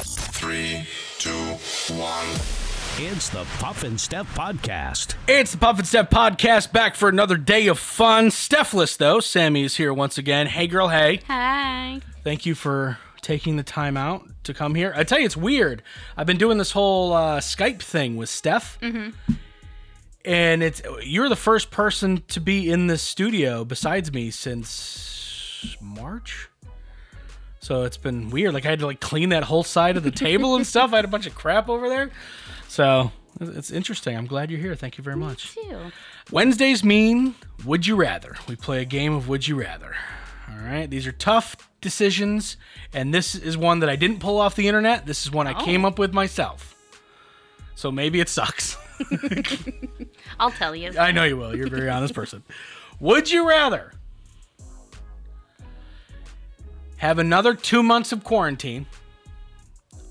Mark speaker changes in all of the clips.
Speaker 1: Three, two, one.
Speaker 2: It's the Puff and Steph Podcast.
Speaker 3: It's the Puff and Steph podcast back for another day of fun. Stephless though, Sammy is here once again. Hey girl, hey.
Speaker 4: Hi.
Speaker 3: Thank you for taking the time out to come here. I tell you, it's weird. I've been doing this whole uh, Skype thing with Steph, and it's you're the first person to be in this studio besides me since March. So it's been weird. Like I had to like clean that whole side of the table and stuff. I had a bunch of crap over there. So it's interesting. I'm glad you're here. Thank you very much.
Speaker 4: Too.
Speaker 3: Wednesdays mean Would You Rather. We play a game of Would You Rather. All right, these are tough decisions, and this is one that I didn't pull off the internet. This is one I came up with myself. So maybe it sucks.
Speaker 4: I'll tell you.
Speaker 3: I know you will. You're a very honest person. Would you rather have another two months of quarantine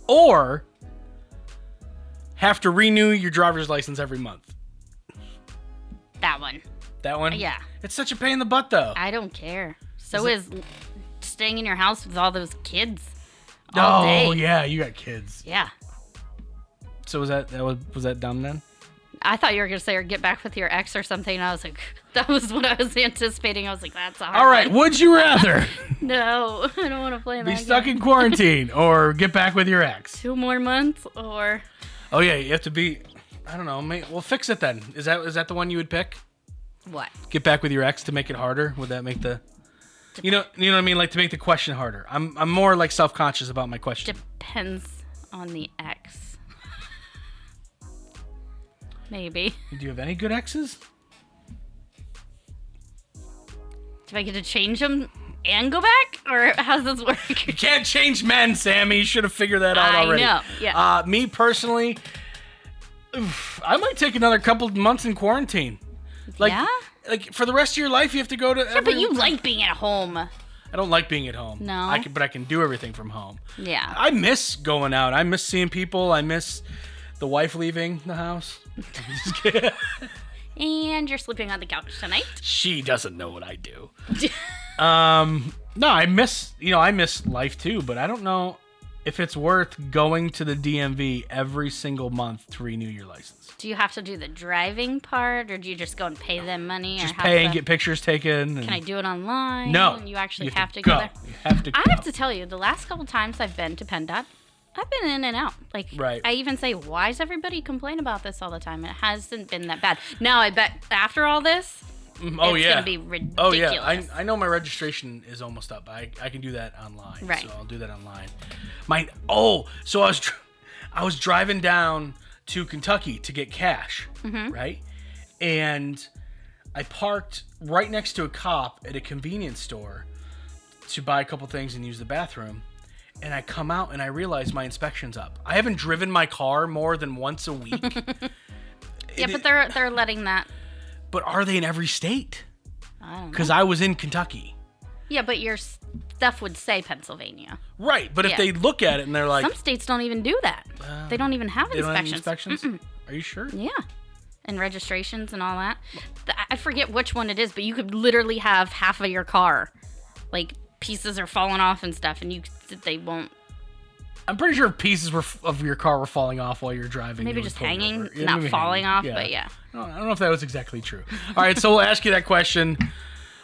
Speaker 3: or have to renew your driver's license every month?
Speaker 4: that one.
Speaker 3: That one?
Speaker 4: Yeah.
Speaker 3: It's such a pain in the butt, though.
Speaker 4: I don't care. So is, l- staying in your house with all those kids. all
Speaker 3: Oh
Speaker 4: day.
Speaker 3: yeah, you got kids.
Speaker 4: Yeah.
Speaker 3: So was that that was was that dumb then?
Speaker 4: I thought you were gonna say or get back with your ex or something. And I was like, that was what I was anticipating. I was like, that's a hard
Speaker 3: All right,
Speaker 4: one.
Speaker 3: would you rather
Speaker 4: No, I don't want to play that.
Speaker 3: be stuck
Speaker 4: game.
Speaker 3: in quarantine or get back with your ex?
Speaker 4: two more months or
Speaker 3: Oh yeah, you have to be. I don't know. May, well, fix it then. Is that is that the one you would pick?
Speaker 4: what?
Speaker 3: Get back with your ex to make it harder. Would that make the you know you know what I mean? Like to make the question harder. I'm I'm more like self conscious about my question.
Speaker 4: Depends on the ex. Maybe.
Speaker 3: Do you have any good exes?
Speaker 4: Do I get to change them and go back, or how's this work?
Speaker 3: You can't change men, Sammy. You should have figured that out
Speaker 4: I
Speaker 3: already.
Speaker 4: know, yeah.
Speaker 3: Uh, me personally, oof, I might take another couple months in quarantine. Like,
Speaker 4: Yeah?
Speaker 3: like for the rest of your life, you have to go to.
Speaker 4: Yeah, but you like being at home.
Speaker 3: I don't like being at home.
Speaker 4: No.
Speaker 3: I can, but I can do everything from home.
Speaker 4: Yeah.
Speaker 3: I miss going out. I miss seeing people. I miss the wife leaving the house. Just kidding.
Speaker 4: And you're sleeping on the couch tonight.
Speaker 3: she doesn't know what I do. um, no, I miss you know I miss life too, but I don't know if it's worth going to the DMV every single month to renew your license.
Speaker 4: Do you have to do the driving part, or do you just go and pay them money?
Speaker 3: Just
Speaker 4: or
Speaker 3: pay and
Speaker 4: how's the-
Speaker 3: get pictures taken.
Speaker 4: Can I do it online?
Speaker 3: No,
Speaker 4: You actually
Speaker 3: you
Speaker 4: have, to go. there.
Speaker 3: You have to.
Speaker 4: I
Speaker 3: go.
Speaker 4: have to tell you, the last couple times I've been to PennDOT, I've been in and out. Like,
Speaker 3: Right.
Speaker 4: I even say, why does everybody complain about this all the time? It hasn't been that bad. Now, I bet after all this,
Speaker 3: Oh
Speaker 4: it's
Speaker 3: yeah.
Speaker 4: gonna be
Speaker 3: Oh yeah. I,
Speaker 4: ridiculous.
Speaker 3: I know my registration is almost up. I, I can do that online.
Speaker 4: Right.
Speaker 3: So I'll do that online. My oh, so I was dr- I was driving down to Kentucky to get cash,
Speaker 4: Mm-hmm.
Speaker 3: right? And I parked right next to a cop at a convenience store to buy a couple things and use the bathroom. And I come out and I realize my inspection's up. I haven't driven my car more than once a week.
Speaker 4: yeah, but they're they're letting that.
Speaker 3: but are they in every state?
Speaker 4: I don't know.
Speaker 3: Because I was in Kentucky.
Speaker 4: Yeah, but your s- stuff would say Pennsylvania.
Speaker 3: Right, but if
Speaker 4: Yeah.
Speaker 3: they look at it and they're like,
Speaker 4: Some states don't even do that. they don't even have
Speaker 3: they don't have any
Speaker 4: inspections.
Speaker 3: inspections. Are you sure?
Speaker 4: Yeah. And registrations and all that. Th- I forget which one it is, but you could literally have half of your car. Like pieces are falling off and stuff, and you they won't.
Speaker 3: I'm pretty sure pieces were of your car were falling off while you're driving.
Speaker 4: Maybe
Speaker 3: They would
Speaker 4: just
Speaker 3: pull you
Speaker 4: hanging,
Speaker 3: over. Yeah,
Speaker 4: not
Speaker 3: maybe
Speaker 4: falling
Speaker 3: hanging.
Speaker 4: off, but yeah.
Speaker 3: I don't, I don't know if that was exactly true. All right, so we'll ask you that question.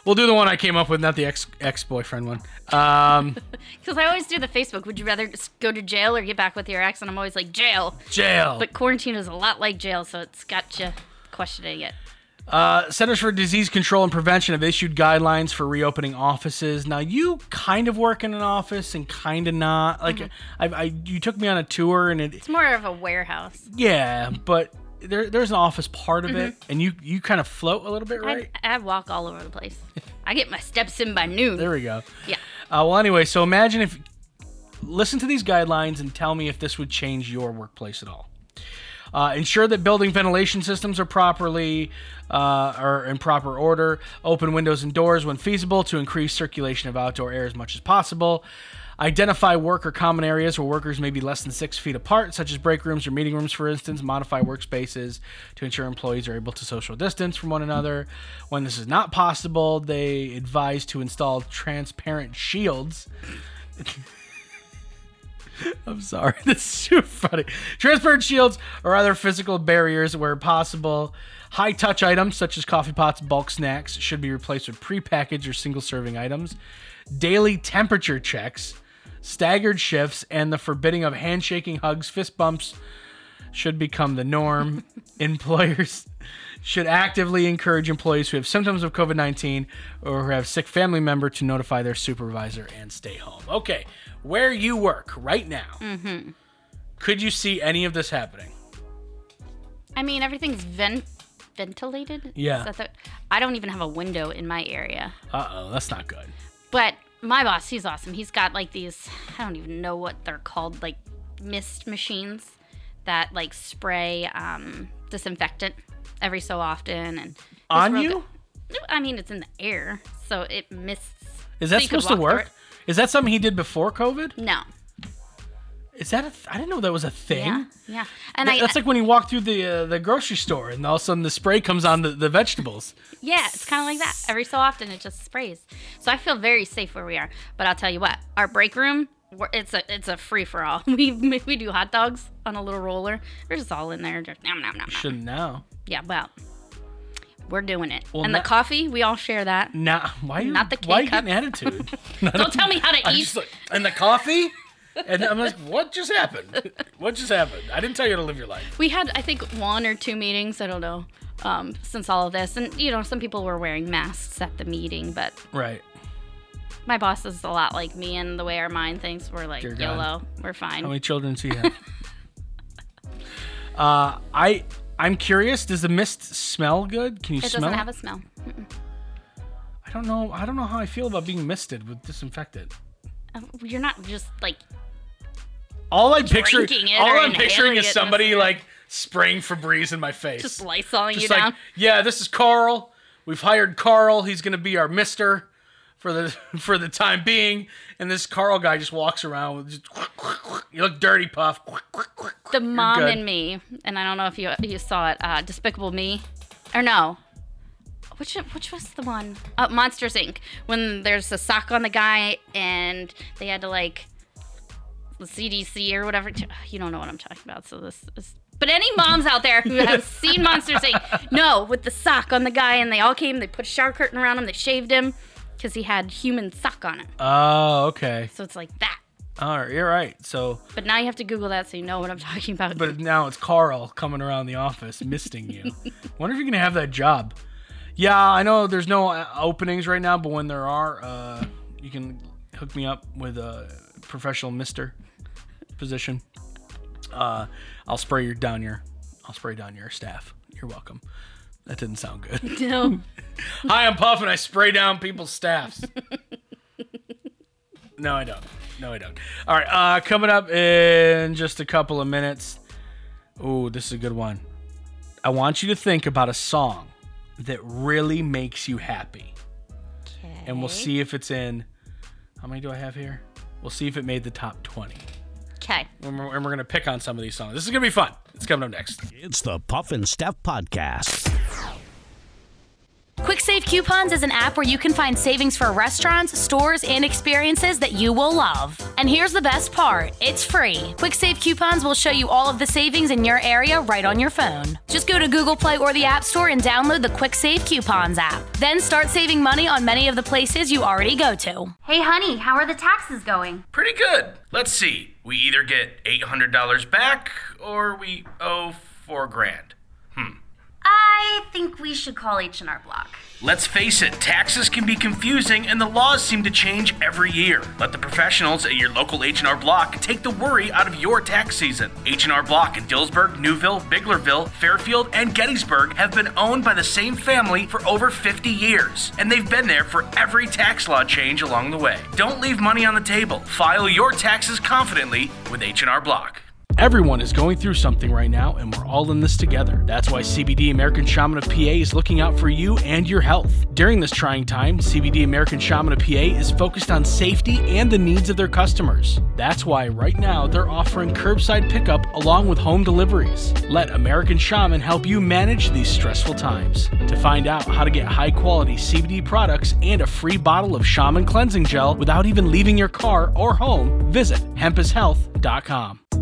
Speaker 3: We'll do the one I came up with, not the ex ex boyfriend one. Um,
Speaker 4: Because I always do the Facebook. Would you rather just go to jail or get back with your ex? And I'm always like jail.
Speaker 3: jail.
Speaker 4: But quarantine is a lot like jail, so it's got you questioning it.
Speaker 3: Uh, Centers for Disease Control and Prevention have issued guidelines for reopening offices. Now you kind of work in an office and kind of not. Like
Speaker 4: Mm-hmm.
Speaker 3: I, I, you took me on a tour and it,
Speaker 4: It's more of a warehouse.
Speaker 3: Yeah, but there, there's an office part of it, and you you kind of float a little bit, right?
Speaker 4: Mm-hmm. I, I walk all over the place. I get my steps in by noon.
Speaker 3: there we go.
Speaker 4: yeah.
Speaker 3: Uh, well, anyway, so imagine if listen to these guidelines and tell me if this would change your workplace at all. Uh, ensure that building ventilation systems are properly uh, are in proper order. Open windows and doors when feasible to increase circulation of outdoor air as much as possible. Identify work or common areas where workers may be less than six feet apart, such as break rooms or meeting rooms, for instance. Modify workspaces to ensure employees are able to social distance from one another. When this is not possible, they advise to install transparent shields I'm sorry. That's so funny. Transparent shields or other physical barriers where possible. High touch items such as coffee pots, bulk snacks should be replaced with prepackaged or single serving items. Daily temperature checks, staggered shifts, and the forbidding of handshaking, hugs, fist bumps should become the norm. Employers should actively encourage employees who have symptoms of COVID 19 or who have sick family member to notify their supervisor and stay home. Okay, where you work right now, could you see any of this happening?
Speaker 4: I mean, everything's vent ventilated.
Speaker 3: Yeah.
Speaker 4: Is that the- I don't even have a window in my area.
Speaker 3: Uh oh, that's not good.
Speaker 4: But my boss, he's awesome. He's got like these, I don't even know what they're called, like mist machines that like spray um, disinfectant every so often. And
Speaker 3: On
Speaker 4: it's real
Speaker 3: you?
Speaker 4: good. No, I mean, it's in the air, so it mists.
Speaker 3: Is
Speaker 4: so
Speaker 3: that
Speaker 4: you could
Speaker 3: supposed to
Speaker 4: walk through
Speaker 3: work? Is that something he did before COVID?
Speaker 4: it. No.
Speaker 3: Is that a th- I didn't know that was a thing.
Speaker 4: Yeah. Yeah. And
Speaker 3: Th-
Speaker 4: I,
Speaker 3: that's like when you walk through the uh, the grocery store and all of a sudden the spray comes on the, the vegetables.
Speaker 4: Yeah, it's kind of like that. Every so often, it just sprays. So I feel very safe where we are. But I'll tell you what, our break room, we're- it's a it's a free for all. We we do hot dogs on a little roller. We're just all in there, just nom nom nom. nom.
Speaker 3: Shouldn't know.
Speaker 4: Yeah, well, we're doing it.
Speaker 3: Well,
Speaker 4: and
Speaker 3: not-
Speaker 4: the coffee, we all share that.
Speaker 3: Nah, why you,
Speaker 4: Not the
Speaker 3: why you
Speaker 4: K-cup.
Speaker 3: getting attitude?
Speaker 4: Don't tell me how to
Speaker 3: I'm
Speaker 4: eat.
Speaker 3: just like, and the coffee? And I'm like, what just happened? What just happened? I didn't tell you to live your life.
Speaker 4: we had I think one or two meetings. I don't know. Um, since all of this, and you know, some people were wearing masks at the meeting, but
Speaker 3: Right.
Speaker 4: my boss is a lot like me, and the way our mind thinks, we're like
Speaker 3: Dear God.
Speaker 4: YOLO, we're fine.
Speaker 3: How many children do you have? uh, I I'm curious. Does the mist smell good? Can you
Speaker 4: it
Speaker 3: smell?
Speaker 4: doesn't
Speaker 3: it?
Speaker 4: have a smell.
Speaker 3: I don't know. I don't know how I feel about being misted with disinfectant.
Speaker 4: Uh, You're not just like
Speaker 3: All I picture,
Speaker 4: Drinking it
Speaker 3: all
Speaker 4: or
Speaker 3: I'm picturing
Speaker 4: inhaling
Speaker 3: is
Speaker 4: it.
Speaker 3: somebody like spraying Febreze in my face.
Speaker 4: just lysoling you
Speaker 3: Just
Speaker 4: down.
Speaker 3: like, yeah, this is Carl. We've hired Carl. He's gonna be our Mister for the for the time being. And this Carl guy just walks around with just you look dirty, puff.
Speaker 4: The mom
Speaker 3: good.
Speaker 4: and me, and I don't know if you you saw it, uh, Despicable Me, or no. Which, which was the one? Uh, Monsters Inc. When there's a sock on the guy and they had to like the CDC or whatever. to- you don't know what I'm talking about, so this is. But any moms out there who have seen Monsters Inc. know with the sock on the guy and they all came, they put a shower curtain around him, they shaved him because he had human sock on him.
Speaker 3: Oh, okay.
Speaker 4: So it's like that.
Speaker 3: All right, you're right. So,
Speaker 4: But now you have to Google that so you know what I'm talking about.
Speaker 3: but now it's Carl coming around the office, misting you. Wonder if you're gonna have that job. Yeah, I know there's no uh, openings right now, but when there are, uh, you can hook me up with a professional mister position. Uh, I'll spray your down your, I'll spray down your staff. You're welcome. That didn't sound good.
Speaker 4: no.
Speaker 3: Hi, I'm Puff, and I spray down people's staffs. no, I don't. No, I don't. All right, uh, coming up in just a couple of minutes. Ooh, this is a good one. I want you to think about a song that really makes you happy, and we'll see if it's in. How many do I have here? We'll see if it made the top 20.
Speaker 4: Okay.
Speaker 3: And we're, and we're going to pick on some of these songs. This is going to be fun. It's coming up next.
Speaker 2: It's the Puff and Steph Podcast.
Speaker 5: QuickSave Coupons is an app where you can find savings for restaurants, stores, and experiences that you will love. And here's the best part it's free. QuickSave Coupons will show you all of the savings in your area right on your phone. Just go to Google Play or the App Store and download the QuickSave Coupons app. Then start saving money on many of the places you already go to.
Speaker 6: Hey, honey, how are the taxes going?
Speaker 7: pretty good. Let's see. We either get $800 back or we owe 4 grand.
Speaker 6: I think we should call H&R Block.
Speaker 7: Let's face it, taxes can be confusing and the laws seem to change every year. Let the professionals at your local H&R Block take the worry out of your tax season. H&R Block in Dillsburg, Newville, Biglerville, Fairfield, and Gettysburg have been owned by the same family for over 50 years, and they've been there for every tax law change along the way. Don't leave money on the table. File your taxes confidently with H&R Block.
Speaker 3: Everyone is going through something right now, and we're all in this together. That's why CBD American Shaman of PA is looking out for you and your health. During this trying time, CBD American Shaman of PA is focused on safety and the needs of their customers. That's why right now they're offering curbside pickup along with home deliveries. Let American Shaman help you manage these stressful times. To find out how to get high quality CBD products and a free bottle of Shaman cleansing gel without even leaving your car or home, visit hempishealth.com.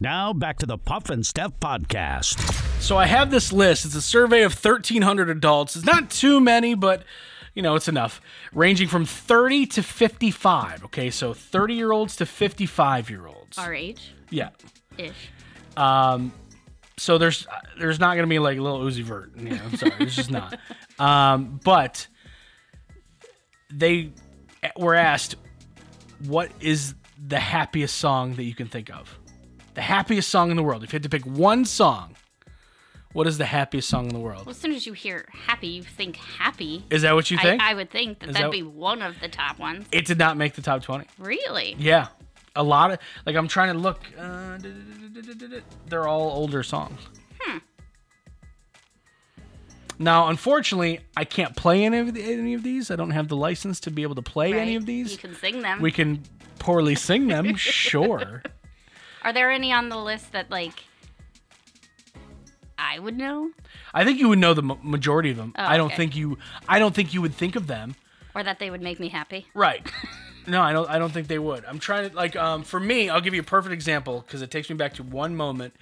Speaker 2: Now back to the Puff and Steph podcast.
Speaker 3: So I have this list. It's a survey of 1,300 adults. It's not too many, but you know, it's enough. Ranging from 30 to 55. Okay, so 30 year olds to 55 year olds.
Speaker 4: Our age
Speaker 3: Yeah.
Speaker 4: ish.
Speaker 3: Um, So there's there's not gonna be like little Uzi Vert. You know, I'm sorry, there's just not. Um, but they were asked, what is the happiest song that you can think of? The happiest song in the world. If you had to pick one song, what is the happiest song in the world?
Speaker 4: Well, as soon as you hear happy, you think happy.
Speaker 3: Is that what you think?
Speaker 4: I, I would think that
Speaker 3: Is
Speaker 4: that'd
Speaker 3: that-
Speaker 4: be one of the top ones.
Speaker 3: It did not make the top 20.
Speaker 4: Really?
Speaker 3: Yeah. A lot of, like, I'm trying to look. Uh, duh, duh, duh, duh, duh, duh, duh. they're all older songs.
Speaker 4: Hmm.
Speaker 3: Now, unfortunately, I can't play any of, the, any of these. I don't have the license to be able to play any
Speaker 4: Right?
Speaker 3: of these.
Speaker 4: You can sing them.
Speaker 3: we can poorly sing them, sure.
Speaker 4: Are there any on the list that like I would know
Speaker 3: I think you would know the ma- majority of them.
Speaker 4: Oh,
Speaker 3: I don't
Speaker 4: okay.
Speaker 3: think you. I don't think you would think of them.
Speaker 4: or that they would make me happy?
Speaker 3: Right. No, I don't. I don't think they would. I'm trying to like. Um, for me, I'll give you a perfect example because it takes me back to one moment.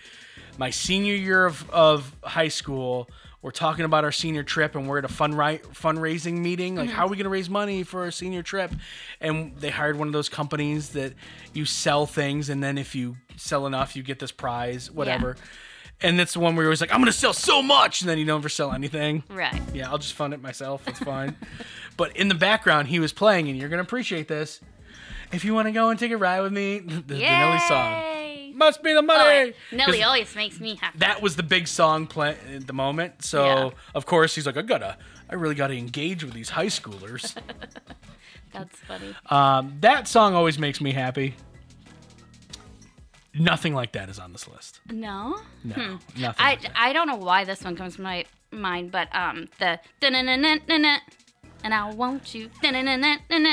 Speaker 3: My senior year of, of high school, we're talking about our senior trip, and we're at a fun ri- fundraising meeting. Like, how are we going to raise money for our senior trip? And they hired one of those companies that you sell things, and then if you sell enough, you get this prize, whatever. And that's the one where you're always like, I'm going to sell so much, and then you don't ever sell anything.
Speaker 4: Right.
Speaker 3: Yeah, I'll just fund it myself. It's fine. but in the background, he was playing, and you're gonna appreciate this. If you want to go and take a ride with me, the, the Nelly song
Speaker 4: Yay!
Speaker 3: must be the money.
Speaker 4: Alright,
Speaker 3: 'Cause
Speaker 4: Nelly always makes me happy.
Speaker 3: that was the big song play at the moment. So
Speaker 4: Yeah.
Speaker 3: of course he's like, I gotta, I really gotta engage with these high schoolers.
Speaker 4: That's funny.
Speaker 3: um, that song always makes me happy. Nothing like that is on this list.
Speaker 4: no.
Speaker 3: No, nothing.
Speaker 4: Hmm. I,
Speaker 3: like that.
Speaker 4: I don't know why this one comes to my mind, but um the dun-dun-dun-dun-dun, and I want you dun-dun-dun-dun-dun,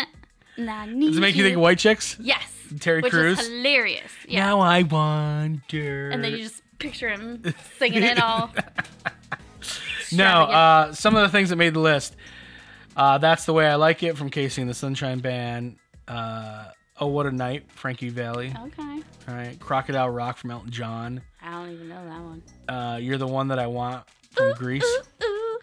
Speaker 4: and I need
Speaker 3: Does it make you think of White Chicks?
Speaker 4: Yes.
Speaker 3: Terry
Speaker 4: which
Speaker 3: Crews?
Speaker 4: Is hilarious. Yeah.
Speaker 3: Now I wonder.
Speaker 4: and then you just picture him singing it all.
Speaker 3: No,
Speaker 4: extravagant.
Speaker 3: uh, some of the things that made the list. Uh, That's the way I like it from Casey and the Sunshine Band. Uh, oh, what a night, Frankie Valley.
Speaker 4: okay.
Speaker 3: All right, Crocodile Rock from Elton John.
Speaker 4: I don't even know that one.
Speaker 3: Uh, You're the one that I want from Greece.
Speaker 4: Ooh, ooh.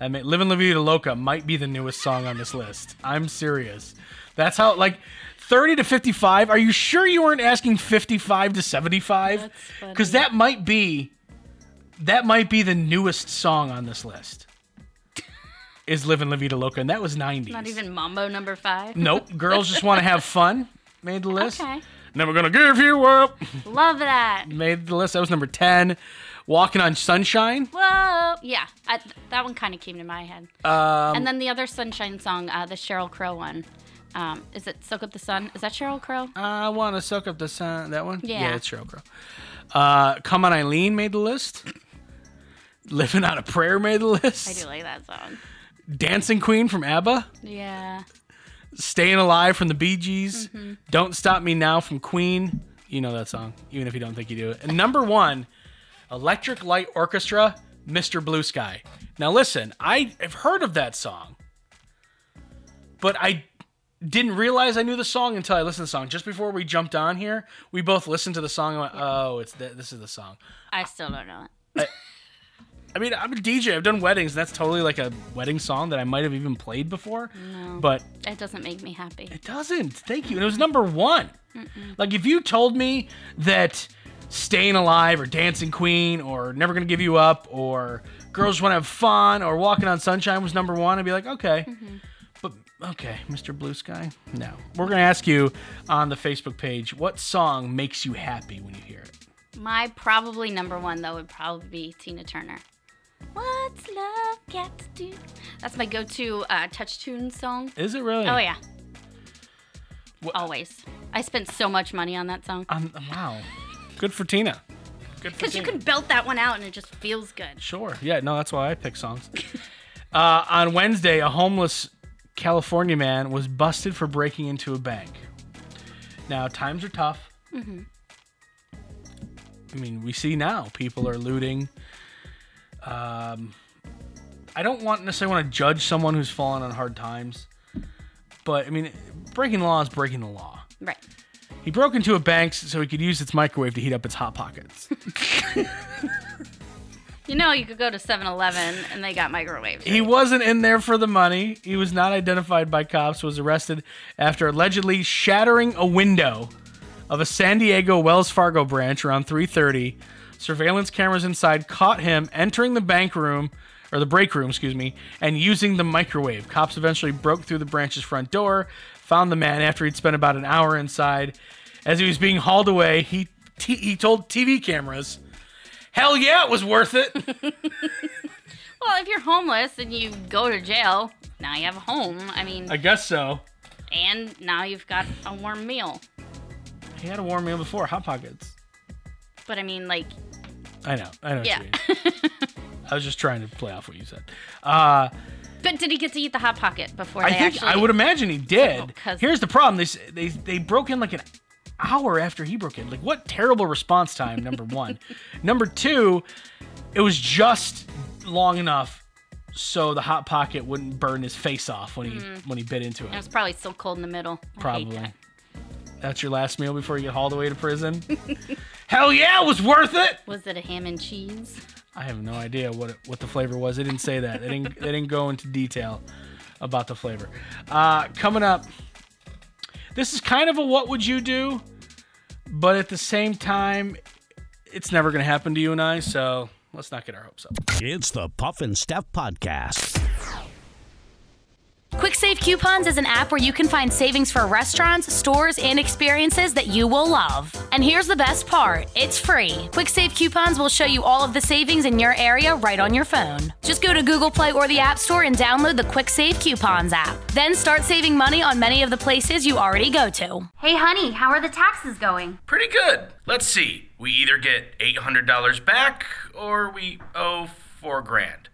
Speaker 3: I mean, Livin' La Vida Loca might be the newest song on this list. I'm serious. That's how like. 30 to 55. Are you sure you weren't asking 55 to 75?
Speaker 4: That's funny.
Speaker 3: Cuz that might be that might be the newest song on this list. Is Livin' La Vida Loca and that was 90s.
Speaker 4: Not even Mambo number five.
Speaker 3: Nope, girls just want to have fun. Made the list.
Speaker 4: Okay.
Speaker 3: Never gonna give you up.
Speaker 4: Love that.
Speaker 3: Made the list. That was number 10. Walking on Sunshine.
Speaker 4: Whoa. Yeah. I, th- that one kind of came to my head.
Speaker 3: Um,
Speaker 4: and then the other Sunshine song, uh, the Cheryl Crow one. Um, is it Soak Up the Sun? Is that Cheryl Crow?
Speaker 3: I wanna soak up the sun. That one?
Speaker 4: Yeah.
Speaker 3: Yeah, it's Cheryl Crow. Uh, Come on Eileen made the list. Living on a Prayer made the list.
Speaker 4: I do like that song.
Speaker 3: Dancing Queen from ABBA.
Speaker 4: Yeah.
Speaker 3: Staying Alive from the Bee Gees. Don't Stop Me Now from Queen. You know that song, even if you don't think you do it. And number one, Electric Light Orchestra, Mr. Blue Sky. Now, listen, I have heard of that song, but I didn't realize I knew the song until I listened to the song. Just before we jumped on here, we both listened to the song and went, oh, it's th- this is the song.
Speaker 4: I still don't know it.
Speaker 3: I mean, I'm a DJ. I've done weddings. That's totally like a wedding song that I might have even played before, but
Speaker 4: That doesn't make me happy.
Speaker 3: it doesn't. Thank you. And it was number one. Like, if you told me that Staying Alive or Dancing Queen or Never Gonna Give You Up or Girls Wanna Have Fun or Walking on Sunshine was number one, I'd be like, okay.
Speaker 4: Mm-hmm.
Speaker 3: But, okay, Mr. Blue Sky, no. We're gonna ask you on the Facebook page what song makes you happy when you hear it?
Speaker 4: My probably number one though would probably be Tina Turner. What's love got to do? That's my go-to uh, touch tune song.
Speaker 3: Is it really?
Speaker 4: Oh yeah.
Speaker 3: Wha-
Speaker 4: Always. I spent so much money on that song
Speaker 3: Um, wow. Good for Tina. Good for
Speaker 4: because you
Speaker 3: Tina.
Speaker 4: can belt that one out and it just feels good.
Speaker 3: Sure. Yeah, no, that's why I pick songs. uh, on Wednesday, a homeless California man was busted for breaking into a bank. Now, times are tough. I mean, we see now people are looting. Um, I don't want necessarily want to judge someone who's fallen on hard times, but I mean, breaking the law is breaking the law.
Speaker 4: Right.
Speaker 3: He broke into a bank so he could use its microwave to heat up its hot pockets.
Speaker 4: You know, you could go to 7-Eleven and they got microwaves.
Speaker 3: He wasn't in there for the money. He was not identified by cops. Was arrested after allegedly shattering a window of a San Diego Wells Fargo branch around 3:30. Surveillance cameras inside caught him entering the bank room or the break room, excuse me, and using the microwave. Cops eventually broke through the branch's front door, found the man after he'd spent about an hour inside. As he was being hauled away, he t- he told TV cameras, "Hell yeah, it was worth it."
Speaker 4: Well, if you're homeless and you go to jail, now you have a home. I mean,
Speaker 3: I guess so.
Speaker 4: and now you've got a warm meal.
Speaker 3: He had a warm meal before, Hot Pockets.
Speaker 4: But I mean, like,
Speaker 3: I know, I know. What
Speaker 4: yeah.
Speaker 3: you mean. I was just trying to play off what you said. Uh,
Speaker 4: but did he get to eat the hot pocket before
Speaker 3: I
Speaker 4: they
Speaker 3: think
Speaker 4: actually?
Speaker 3: I would imagine he did.
Speaker 4: Oh, 'cause-
Speaker 3: Here's the problem: they, s- they they broke in like an hour after he broke in. Like, what terrible response time? Number one. number two, it was just long enough so the hot pocket wouldn't burn his face off when he when he bit into
Speaker 4: It
Speaker 3: it.
Speaker 4: was probably still cold in the middle. Mm. I hate
Speaker 3: Probably.
Speaker 4: that.
Speaker 3: That's your last meal before you get hauled away to prison. Hell yeah, it was worth it.
Speaker 4: Was it a ham and cheese?
Speaker 3: I have no idea what it, what the flavor was. They didn't say that. They didn't they didn't go into detail about the flavor. Uh, coming up, this is kind of a what would you do, but at the same time, it's never going to happen to you and I. So let's not get our hopes up.
Speaker 2: It's the Puff and Steph Podcast.
Speaker 5: QuickSave Coupons is an app where you can find savings for restaurants, stores, and experiences that you will love. And here's the best part it's free. QuickSave Coupons will show you all of the savings in your area right on your phone. Just go to Google Play or the App Store and download the QuickSave Coupons app. Then start saving money on many of the places you already go to.
Speaker 6: Hey, honey, how are the taxes going?
Speaker 7: Pretty good. Let's see. We either get $800 back or we owe 4 grand.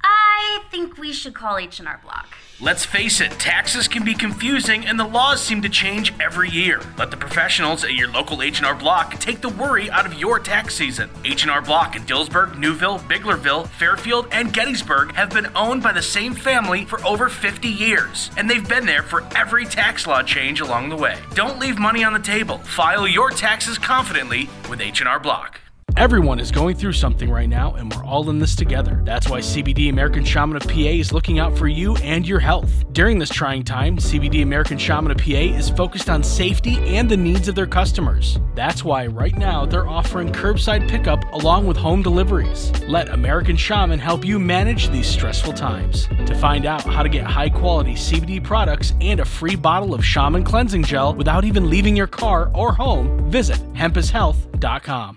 Speaker 6: I think we should call H&R Block.
Speaker 7: Let's face it, taxes can be confusing and the laws seem to change every year. Let the professionals at your local H&R Block take the worry out of your tax season. H&R Block in Dillsburg, Newville, Biglerville, Fairfield, and Gettysburg have been owned by the same family for over 50 years, and they've been there for every tax law change along the way. Don't leave money on the table. File your taxes confidently with H&R Block.
Speaker 3: Everyone is going through something right now, and we're all in this together. That's why CBD American Shaman of PA is looking out for you and your health. During this trying time, CBD American Shaman of PA is focused on safety and the needs of their customers. That's why right now they're offering curbside pickup along with home deliveries. Let American Shaman help you manage these stressful times. To find out how to get high quality CBD products and a free bottle of Shaman cleansing gel without even leaving your car or home, visit hempishealth.com.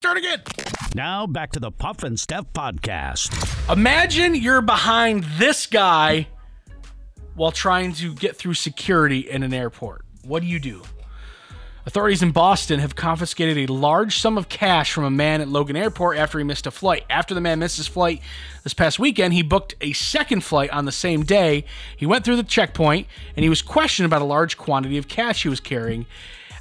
Speaker 3: Start again!
Speaker 2: Now back to the Puff and Steph Podcast.
Speaker 3: Imagine you're behind this guy while trying to get through security in an airport. What do you do? Authorities in Boston have confiscated a large sum of cash from a man at Logan Airport after he missed a flight. After the man missed his flight this past weekend, he booked a second flight on the same day. He went through the checkpoint and he was questioned about a large quantity of cash he was carrying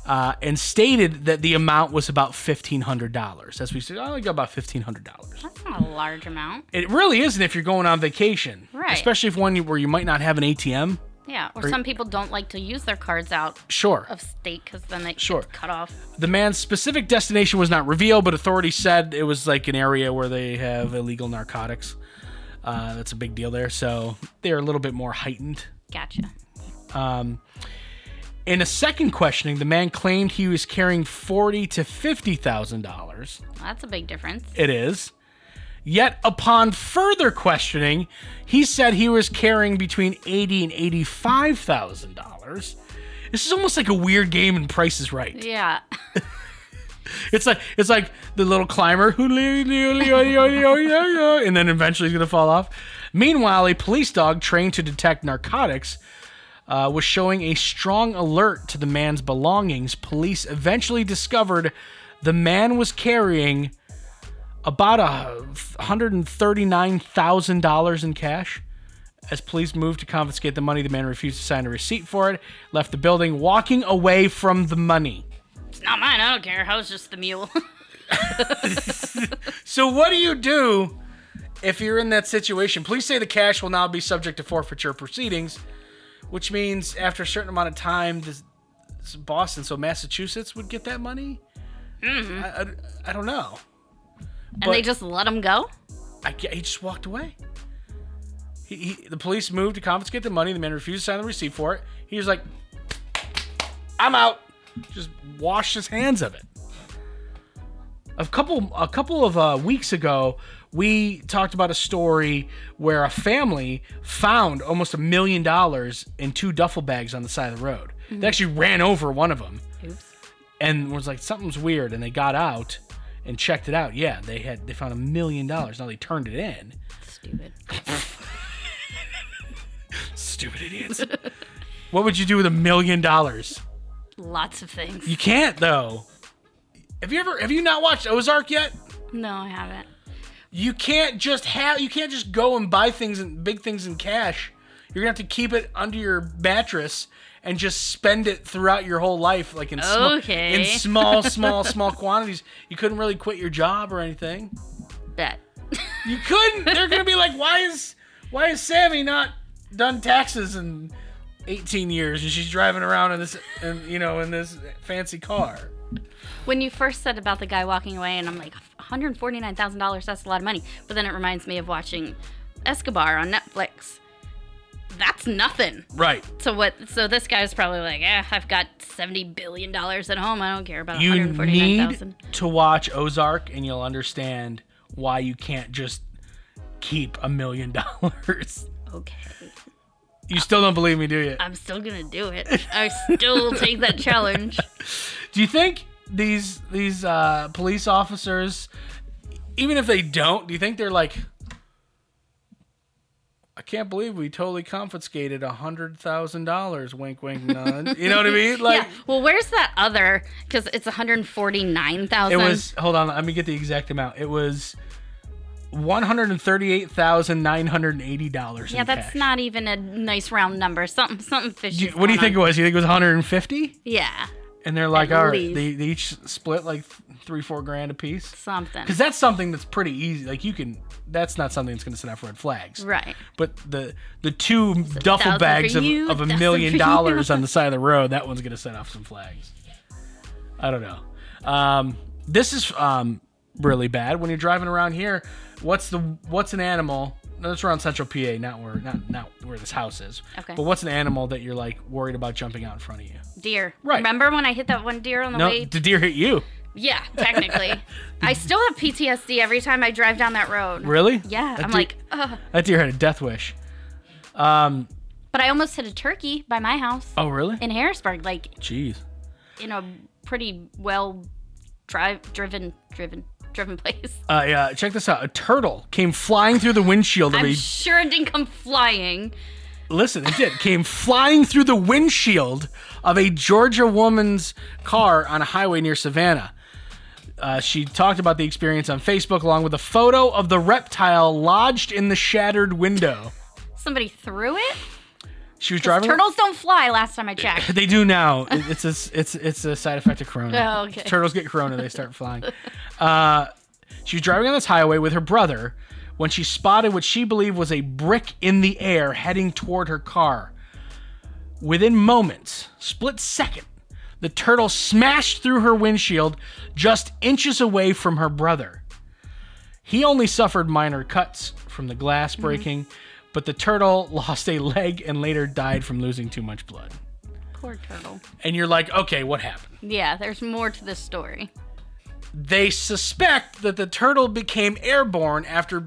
Speaker 3: uh, and stated that the amount was about $1,500. That's what he said. I only got about $1,500.
Speaker 4: That's not a large amount.
Speaker 3: It really isn't if you're going on vacation,
Speaker 4: Right.
Speaker 3: especially if one where you might not have an ATM.
Speaker 4: Yeah. Or some people don't like to use their cards out
Speaker 3: Sure.
Speaker 4: of state because then they
Speaker 3: Sure.
Speaker 4: get cut off.
Speaker 3: The man's specific destination was not revealed, but authorities said it was like an area where they have illegal narcotics. Uh, that's a big deal there. So they're a little bit more heightened.
Speaker 4: Gotcha.
Speaker 3: In a second questioning, the man claimed he was carrying forty to fifty thousand dollars.
Speaker 4: That's a big difference.
Speaker 3: It is. Yet upon further questioning, he said he was carrying between eighty and eighty-five thousand dollars. This is almost like a weird game in Price is Right.
Speaker 4: Yeah.
Speaker 3: It's like it's like the little climber who oh, and then eventually he's gonna fall off. Meanwhile, a police dog trained to detect narcotics uh, was showing a strong alert to the man's belongings. Police eventually discovered the man was carrying about a hundred and thirty-nine thousand dollars in cash. As police moved to confiscate the money, the man refused to sign a receipt for it, left the building, walking away from the money.
Speaker 4: It's not mine. I don't care. I was just the mule.
Speaker 3: So what do you do if you're in that situation? Please say the cash will now be subject to forfeiture proceedings, which means after a certain amount of time, this, this Boston, so Massachusetts would get that money. I, I, I don't know.
Speaker 4: Mm-hmm. and they just let him go?
Speaker 3: I, ge- he just walked away. He, he, the police moved to confiscate the money. The man refused to sign the receipt for it. He was like, "I'm out." Just washed his hands of it. A couple, a couple of uh, weeks ago, we talked about a story where a family found almost a million dollars in two duffel bags on the side of the road. They actually ran over one of them
Speaker 4: Oops.
Speaker 3: and was like something's weird and they got out and checked it out yeah they had they found a million dollars now they turned it in
Speaker 4: Stupid.
Speaker 3: stupid idiots what would you do with a million dollars
Speaker 4: Lots of things.
Speaker 3: you can't though have you ever have you not watched ozark yet
Speaker 4: No, I haven't.
Speaker 3: you can't just have you can't just go and buy things and big things in cash you're gonna have to keep it under your mattress and just spend it throughout your whole life like in, sma-
Speaker 4: Okay.
Speaker 3: in small small small quantities you couldn't really quit your job or anything
Speaker 4: Bet.
Speaker 3: You couldn't. They're gonna be like, why is why is Sammy not done taxes in 18 years and she's driving around in this, in, you know, in this fancy car?
Speaker 4: When you first said about the guy walking away, and I'm like, $149,000, that's a lot of money. But then it reminds me of watching Escobar on Netflix. That's nothing.
Speaker 3: Right.
Speaker 4: So what? So this guy's probably like, eh, I've got seventy billion dollars at home. I don't care about
Speaker 3: You
Speaker 4: one hundred forty-nine
Speaker 3: need
Speaker 4: thousand.
Speaker 3: to watch Ozark and you'll understand why you can't just keep a million dollars.
Speaker 4: Okay,
Speaker 3: You still don't believe me, do you?
Speaker 4: I'm still gonna do it. I still take that challenge.
Speaker 3: Do you think these these uh, police officers, even if they don't, do you think they're like, I can't believe we totally confiscated a hundred thousand dollars? Wink, wink, none. you know what I mean? Like
Speaker 4: yeah. Well, where's that other? Because it's one hundred forty-nine
Speaker 3: it
Speaker 4: thousand.
Speaker 3: was. Hold on, let me get the exact amount. It was one hundred and thirty-eight thousand nine hundred and eighty dollars.
Speaker 4: Yeah, that's not even a nice round number. Something, something fishy.
Speaker 3: what do you think it was? You think it was 150?
Speaker 4: Yeah,
Speaker 3: And they're like,
Speaker 4: At
Speaker 3: all right,
Speaker 4: least.
Speaker 3: they, they each split like th- three, four grand a piece.
Speaker 4: something.
Speaker 3: because that's something that's pretty easy. Like you can, that's not something that's going to set off red flags.
Speaker 4: Right.
Speaker 3: But the the two duffel
Speaker 4: thousand
Speaker 3: bags
Speaker 4: for
Speaker 3: of,
Speaker 4: you,
Speaker 3: of a
Speaker 4: thousand
Speaker 3: million
Speaker 4: for you.
Speaker 3: dollars on the side of the road, that one's going to set off some flags. I don't know. Um, this is um, really bad when you're driving around here. What's the what's an animal? No, that's around Central PA, not where not not where this house is.
Speaker 4: Okay.
Speaker 3: But what's an animal that you're like worried about jumping out in front of you?
Speaker 4: Deer.
Speaker 3: Right.
Speaker 4: Remember when I hit that one deer on the
Speaker 3: No,
Speaker 4: way?
Speaker 3: the deer hit you.
Speaker 4: yeah, technically. I still have PTSD every time I drive down that road.
Speaker 3: Really? Uh,
Speaker 4: Yeah.
Speaker 3: That
Speaker 4: I'm
Speaker 3: deer-
Speaker 4: like, Ugh.
Speaker 3: that deer had a death wish.
Speaker 4: but I almost hit a turkey by my house.
Speaker 3: Oh, really?
Speaker 4: in Harrisburg, like
Speaker 3: Jeez.
Speaker 4: in a pretty well drive driven driven driven place.
Speaker 3: Uh, yeah, check this out. A turtle came flying through the windshield of
Speaker 4: I'm
Speaker 3: a
Speaker 4: sure it didn't come flying.
Speaker 3: Listen, it did. Came flying through the windshield of a Georgia woman's car on a highway near Savannah. Uh, she talked about the experience on Facebook along with a photo of the reptile lodged in the shattered window.
Speaker 4: Somebody threw it.
Speaker 3: She was
Speaker 4: 'Cause
Speaker 3: driving.
Speaker 4: Turtles don't fly. Last time I checked.
Speaker 3: They do now. It- It's a it's it's a side effect of corona.
Speaker 4: Oh, okay.
Speaker 3: Turtles get corona, they start flying. Uh, she was driving on this highway with her brother when she spotted what she believed was a brick in the air heading toward her car. Within moments, split second, the turtle smashed through her windshield just inches away from her brother. He only suffered minor cuts from the
Speaker 4: Mm-hmm.
Speaker 3: glass breaking, but the turtle lost a leg and later died from losing too much blood
Speaker 4: Poor turtle.
Speaker 3: and you're like, okay, what happened?
Speaker 4: Yeah, there's more to this story.
Speaker 3: They suspect that the turtle became airborne after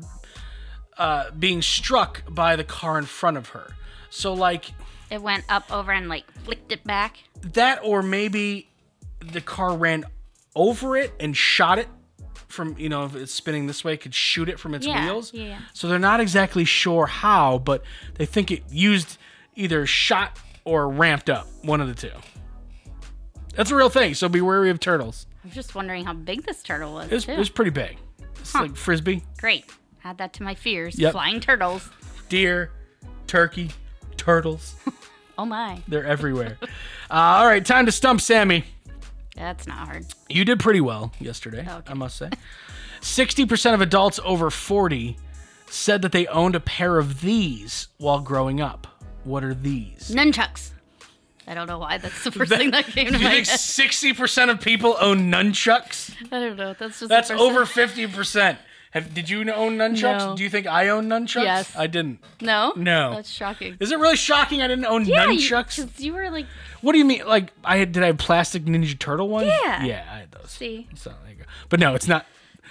Speaker 3: uh, being struck by the car in front of her. So, like
Speaker 4: It went up over and like flicked it back.
Speaker 3: that, or maybe the car ran over it and shot it from, you know, if it's spinning this way, could shoot it from its
Speaker 4: Yeah,
Speaker 3: wheels.
Speaker 4: yeah, yeah.
Speaker 3: So, they're not exactly sure how, but they think it used either shot or ramped up, one of the two. That's a real thing, so be wary of turtles.
Speaker 4: I'm just wondering how big this turtle was.
Speaker 3: It was,
Speaker 4: too.
Speaker 3: it was pretty big. It's
Speaker 4: Huh.
Speaker 3: like frisbee,
Speaker 4: Great. Add that to my fears.
Speaker 3: Yep.
Speaker 4: Flying turtles.
Speaker 3: deer, turkey, turtles.
Speaker 4: Oh my.
Speaker 3: They're everywhere. uh, all right, time to stump Sammy.
Speaker 4: That's not hard.
Speaker 3: You did pretty well yesterday,
Speaker 4: Oh, Okay.
Speaker 3: I must say. 60% of adults over 40 said that they owned a pair of these while growing up. What are these?
Speaker 4: Nunchucks. I don't know why. That's the first thing that came to
Speaker 3: you
Speaker 4: my
Speaker 3: think
Speaker 4: head.
Speaker 3: 60% of people own nunchucks?
Speaker 4: I don't know. That's just
Speaker 3: That's
Speaker 4: the first
Speaker 3: over
Speaker 4: Thing.
Speaker 3: 50%. Have, did you own nunchucks?
Speaker 4: No.
Speaker 3: Do you think I own nunchucks?
Speaker 4: Yes.
Speaker 3: I didn't.
Speaker 4: No.
Speaker 3: No.
Speaker 4: That's shocking.
Speaker 3: Is it really shocking I didn't own
Speaker 4: yeah,
Speaker 3: nunchucks?
Speaker 4: because you, were like,
Speaker 3: What do you mean? Like I had, did I have plastic Ninja Turtle ones?
Speaker 4: Yeah.
Speaker 3: Yeah, I had those.
Speaker 4: see,
Speaker 3: So there you go. But no, it's not.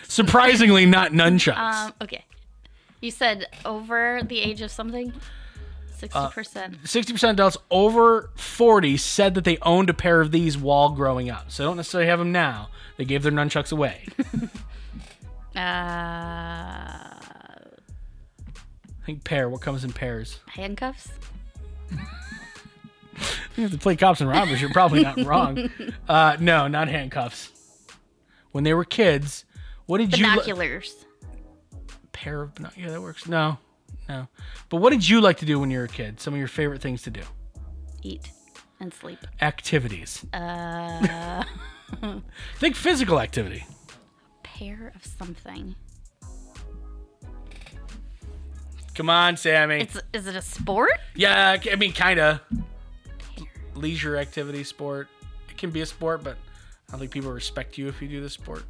Speaker 3: Surprisingly, not nunchucks.
Speaker 4: um, okay, you said over the age of something,
Speaker 3: Uh,
Speaker 4: sixty percent.
Speaker 3: Sixty percent adults over forty said that they owned a pair of these while growing up. So they don't necessarily have them now. They gave their nunchucks away. I
Speaker 4: Uh, handcuffs.
Speaker 3: think pair. What comes in pairs? You have to play cops and robbers. You're probably not wrong. Uh, no, not handcuffs. When they were kids, what did you? Li-
Speaker 4: binoculars.
Speaker 3: pair of binoc- yeah, that works. No, no. But what did you like to do when you were a kid? Some of your favorite things to do.
Speaker 4: Eat and sleep.
Speaker 3: activities.
Speaker 4: Uh,
Speaker 3: Think physical activity.
Speaker 4: pair of something.
Speaker 3: Come on, Sammy.
Speaker 4: It's is it a sport?
Speaker 3: yeah, I mean, kind of. Leisure activity, sport. It can be a sport, but I don't think people respect you if you do this sport.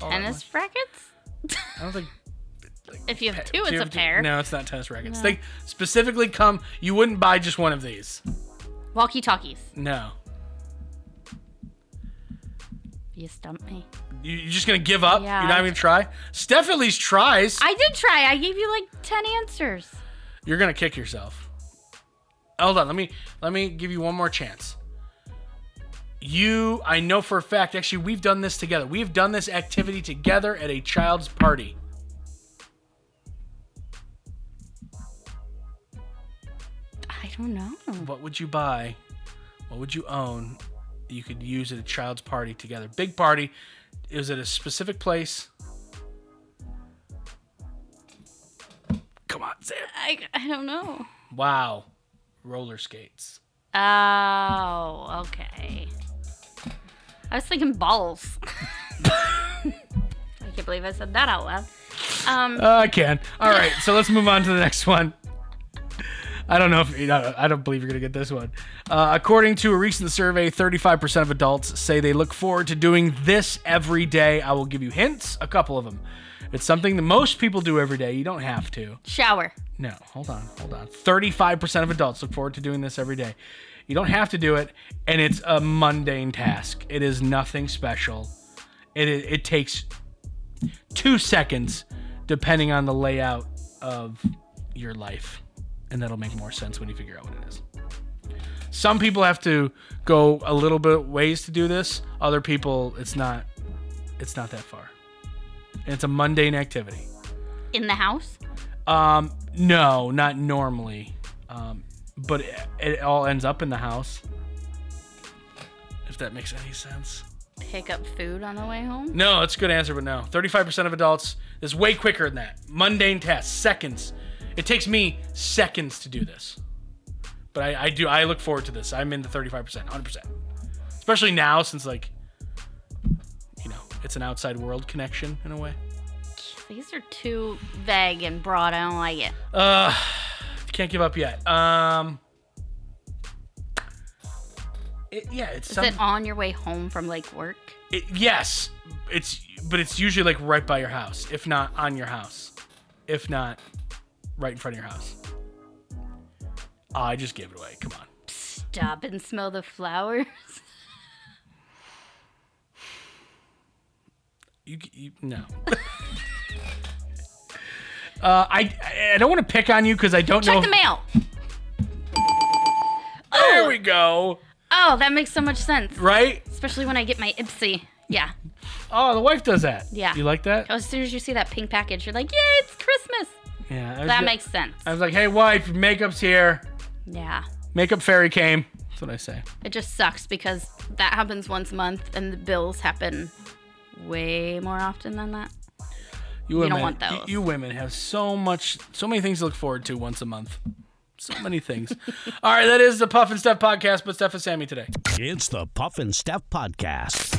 Speaker 3: all that
Speaker 4: Tennis
Speaker 3: much.
Speaker 4: brackets?
Speaker 3: I don't think.
Speaker 4: If you have two,
Speaker 3: do
Speaker 4: it's
Speaker 3: you
Speaker 4: a
Speaker 3: have to-
Speaker 4: pair.
Speaker 3: No, it's not tennis rackets. They specifically come. You wouldn't buy just one of these.
Speaker 4: Walkie talkies.
Speaker 3: No.
Speaker 4: You stumped me.
Speaker 3: You- You're just gonna give up.
Speaker 4: Yeah,
Speaker 3: You're not
Speaker 4: I-
Speaker 3: even gonna try. Steph at least tries.
Speaker 4: I did try. I gave you like ten answers.
Speaker 3: You're gonna kick yourself. Hold on, let me let me give you one more chance. You, I know for a fact. Actually, we've done this together. We've done this activity together at a child's party.
Speaker 4: I don't know.
Speaker 3: What would you buy? What would you own? that You could use at a child's party together. Big party. It was at a specific place. Come on, Sam.
Speaker 4: I, I don't know.
Speaker 3: Wow, roller skates.
Speaker 4: Oh, okay. I was thinking balls. I can't believe I said that out loud. Um,
Speaker 3: Uh, I can. All right, so let's move on to the next one. I don't know if you know, I don't believe you're gonna get this one. Uh, according to a recent survey, 35% of adults say they look forward to doing this every day. I will give you hints, a couple of them. It's something that most people do every day. You don't have to.
Speaker 4: shower.
Speaker 3: No, hold on, hold on. 35% of adults look forward to doing this every day. You don't have to do it, and it's a mundane task. It is nothing special. It it, it takes two seconds, depending on the layout of your life, and that'll make more sense when you figure out what it is. Some people have to go a little bit ways to do this. Other people, it's not, it's not that far. And it's a mundane activity.
Speaker 4: In the house?
Speaker 3: Um, no, not normally. Um, but it, it all ends up in the house. If that makes any sense.
Speaker 4: Pick up food on the way home.
Speaker 3: No, that's a good answer, but no. 35% of adults is way quicker than that. Mundane tasks, seconds. It takes me seconds to do this. But I, I do, I look forward to this. I'm in the 35%, 100%. Especially now, since, like, you know, it's an outside world connection in a way.
Speaker 4: These are too vague and broad. I don't like it.
Speaker 3: Can't give up yet. Um. It, yeah, it's
Speaker 4: Is
Speaker 3: some,
Speaker 4: it on your way home from like work?
Speaker 3: it- yes, it's but it's usually like right by your house, if not on your house, if not right in front of your house. Ah, I just gave it away. Come on.
Speaker 4: Stop and smell the flowers.
Speaker 3: You, you no. uh, I I don't want to pick on you because I don't know.
Speaker 4: Check
Speaker 3: if-
Speaker 4: the mail.
Speaker 3: There we go.
Speaker 4: Oh, that makes so much sense.
Speaker 3: Right?
Speaker 4: Especially when I get my Ipsy. Yeah.
Speaker 3: Oh, the wife does that.
Speaker 4: Yeah.
Speaker 3: You like that?
Speaker 4: Oh, As soon as you see that pink package, you're like, yeah, it's Christmas.
Speaker 3: Yeah. Uh, I was
Speaker 4: That
Speaker 3: ju-
Speaker 4: makes sense.
Speaker 3: I was like, hey, wife, your makeup's here.
Speaker 4: Yeah.
Speaker 3: Makeup fairy came. That's what I say.
Speaker 4: It just sucks because that happens once a month and the bills happen way more often than that.
Speaker 3: You,
Speaker 4: don't
Speaker 3: women,
Speaker 4: want
Speaker 3: you-
Speaker 4: those.
Speaker 3: You, women have so much, so many things to look forward to once a month. So many things. All right, that is the Puff and Steph podcast. But Steph and Sammy today.
Speaker 2: It's the Puff and Steph Podcast.